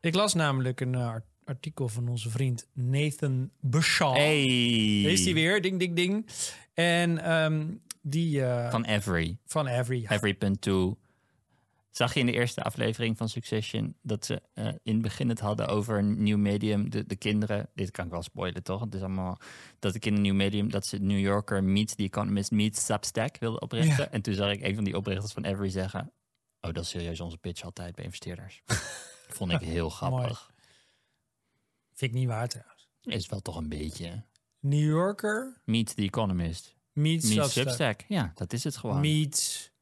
Ik las namelijk een eh, art- artikel van onze vriend Nathan Bushaw. Hey. Is die weer? Ding, ding, ding. En ehm, die eh, van, Van Every. Avery. Every.2. Zag je in de eerste aflevering van Succession dat ze eh, in het begin het hadden over een nieuw medium, de, de kinderen, dit kan ik wel spoilen toch, het is allemaal, dat ik in een nieuw medium, dat ze New Yorker meets The Economist meets Substack wilden oprichten. Ja. En toen zag ik een van die oprichters van Every zeggen, oh dat is serieus onze pitch altijd bij investeerders. Vond ik heel grappig. Vind ik niet waar trouwens. Is wel toch een beetje. New Yorker Meet The Economist. meets, Meets Substack. Substack. Ja, dat is het gewoon. meets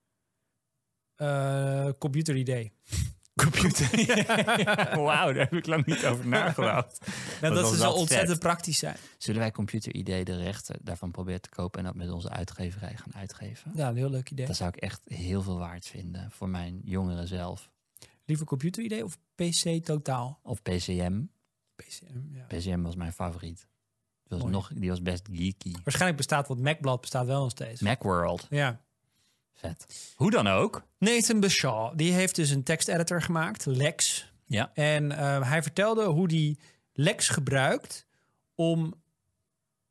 eh, Computer Idee. Nou, computer. Wauw, daar heb ik lang niet over nagedacht. Dat, was ze zo wel vet. ontzettend praktisch zijn. Zullen wij computer idee de rechten daarvan proberen te kopen en dat met onze uitgeverij gaan uitgeven? Ja, een heel leuk idee. Dat zou ik echt heel veel waard vinden voor mijn jongeren zelf. Liever Computer Idee of PC Totaal? Of PCM. PCM, ja. PCM was mijn favoriet. Die was, Mooi. nog, die was best geeky. Waarschijnlijk bestaat wat MacBlad bestaat wel nog steeds. Macworld. ja. Vet. Hoe dan ook. Nathan Bashaw, die heeft dus een teksteditor gemaakt, Lex. Ja. En eh, hij vertelde hoe hij Lex gebruikt om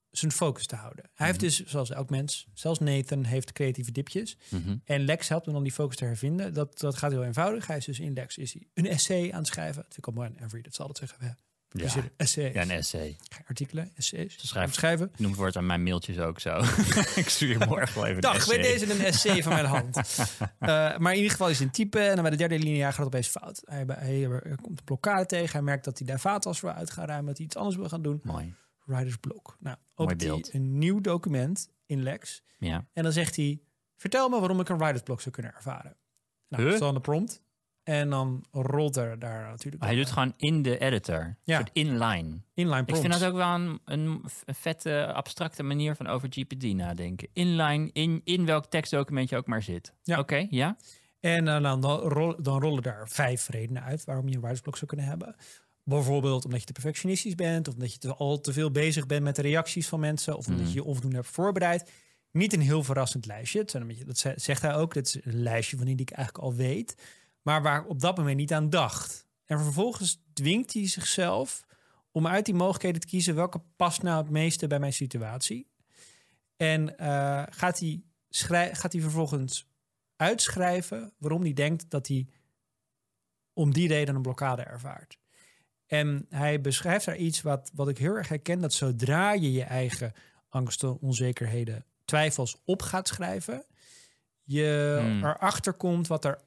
zijn focus te houden. Hij heeft Mhm. dus, zoals elk mens, zelfs Nathan heeft creatieve dipjes. En Lex helpt hem om die focus te hervinden. Dat, dat gaat heel eenvoudig. Hij is dus in Lex is hij een essay aan het schrijven. Dat vind ik al mooi aan Every, dat zal het zeggen. Ja. Dus Ja. essays, ja, een essay. Geen artikelen, essays. Ze Aan schrijft- het schrijven. Noem het woord aan mijn mailtjes ook zo. ik stuur je morgen wel even een Dag, essay. bij deze een essay van mijn hand. Eh, maar in ieder geval is het een type. En dan bij de derde linia gaat het opeens fout. Hij, hij, er komt een blokkade tegen. Hij merkt dat hij daar vaatwas voor uit gaat ruimen. Dat hij iets anders wil gaan doen. Mooi. Riders Block. Nou, opent hij beeld. een nieuw document in Lex. Ja. En dan zegt hij... Vertel me waarom ik een Riders Block zou kunnen ervaren. Nou, Huh? dat is dan de prompt. En dan rolt er daar natuurlijk Hij doet gewoon in de editor. Een Ja. soort inline. inline Ik prompts. vind dat ook wel een, een f- een vette, abstracte manier van over GPD nadenken. Inline, in, in welk tekstdocument je ook maar zit. Ja. Oké, ja? En eh, dan, dan, rol- dan rollen daar vijf redenen uit waarom je een writersblok zou kunnen hebben. Bijvoorbeeld omdat je te perfectionistisch bent, of omdat je te, al te veel bezig bent met de reacties van mensen, of omdat je je onvoldoende hebt voorbereid. Niet een heel verrassend lijstje. Het zijn een beetje, dat ze- zegt hij ook. Dit is een lijstje van die ik eigenlijk al weet, maar waar ik op dat moment niet aan dacht. En vervolgens dwingt hij zichzelf om uit die mogelijkheden te kiezen welke past nou het meeste bij mijn situatie. En eh, gaat, hij schrij- gaat hij vervolgens uitschrijven waarom hij denkt dat hij om die reden een blokkade ervaart. En hij beschrijft daar iets wat, wat ik heel erg herken: dat zodra je je eigen angsten, onzekerheden, twijfels op gaat schrijven, je Hmm. erachter komt wat er.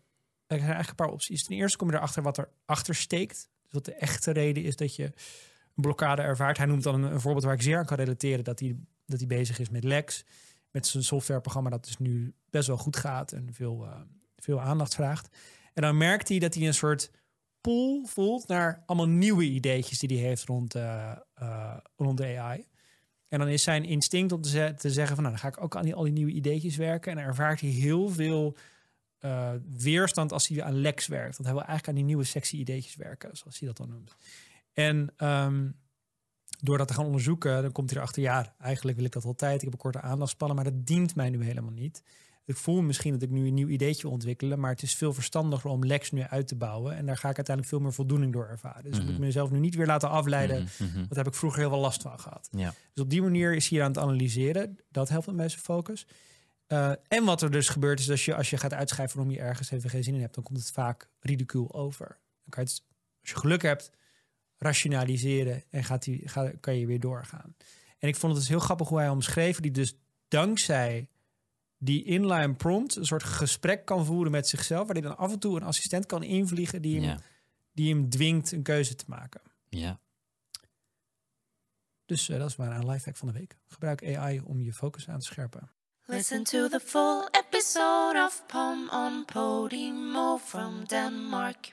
Er zijn eigenlijk een paar opties. Ten eerste kom je erachter wat erachter steekt. Dus wat de echte reden is dat je een blokkade ervaart. Hij noemt dan een, een voorbeeld waar ik zeer aan kan relateren: dat hij, dat hij bezig is met Lex met zijn softwareprogramma dat dus nu best wel goed gaat en veel, eh, veel aandacht vraagt. En dan merkt hij dat hij een soort pool voelt naar allemaal nieuwe ideetjes die hij heeft rond, eh, eh, rond de AI. En dan is zijn instinct om te, ze- te zeggen van nou, dan ga ik ook aan die, al die nieuwe ideetjes werken. En dan ervaart hij heel veel eh, weerstand als hij aan Lex werkt. Want hij wil eigenlijk aan die nieuwe sexy ideetjes werken, zoals hij dat dan noemt. En ehm, door dat te gaan onderzoeken, dan komt hij erachter, ja, eigenlijk wil ik dat altijd. Ik heb een korte aandachtspannen, maar dat dient mij nu helemaal niet. Ik voel misschien dat ik nu een nieuw ideetje wil ontwikkelen, maar het is veel verstandiger om Lex nu uit te bouwen. En daar ga ik uiteindelijk veel meer voldoening door ervaren. Dus ik moet mezelf nu niet weer laten Mhm. afleiden. Want daar heb ik vroeger heel veel last van gehad. Ja. Dus op die manier is hij aan het analyseren. Dat helpt hem bij zijn focus. Eh, en wat er dus gebeurt is, als je, als je gaat uitschrijven waarom je ergens even geen zin in hebt, dan komt het vaak ridicuul over. Dan kan je het, als je geluk hebt, rationaliseren en gaat die, ga, kan je weer doorgaan. En ik vond het dus heel grappig hoe hij omschreef, die dus dankzij die inline prompt een soort gesprek kan voeren met zichzelf, waar hij dan af en toe een assistent kan invliegen die hem, Ja. die hem dwingt een keuze te maken. ja. Dus eh, dat is mijn live hack van de week. Gebruik AI om je focus aan te scherpen. Listen to the full episode of Pom on Podimo from Denmark.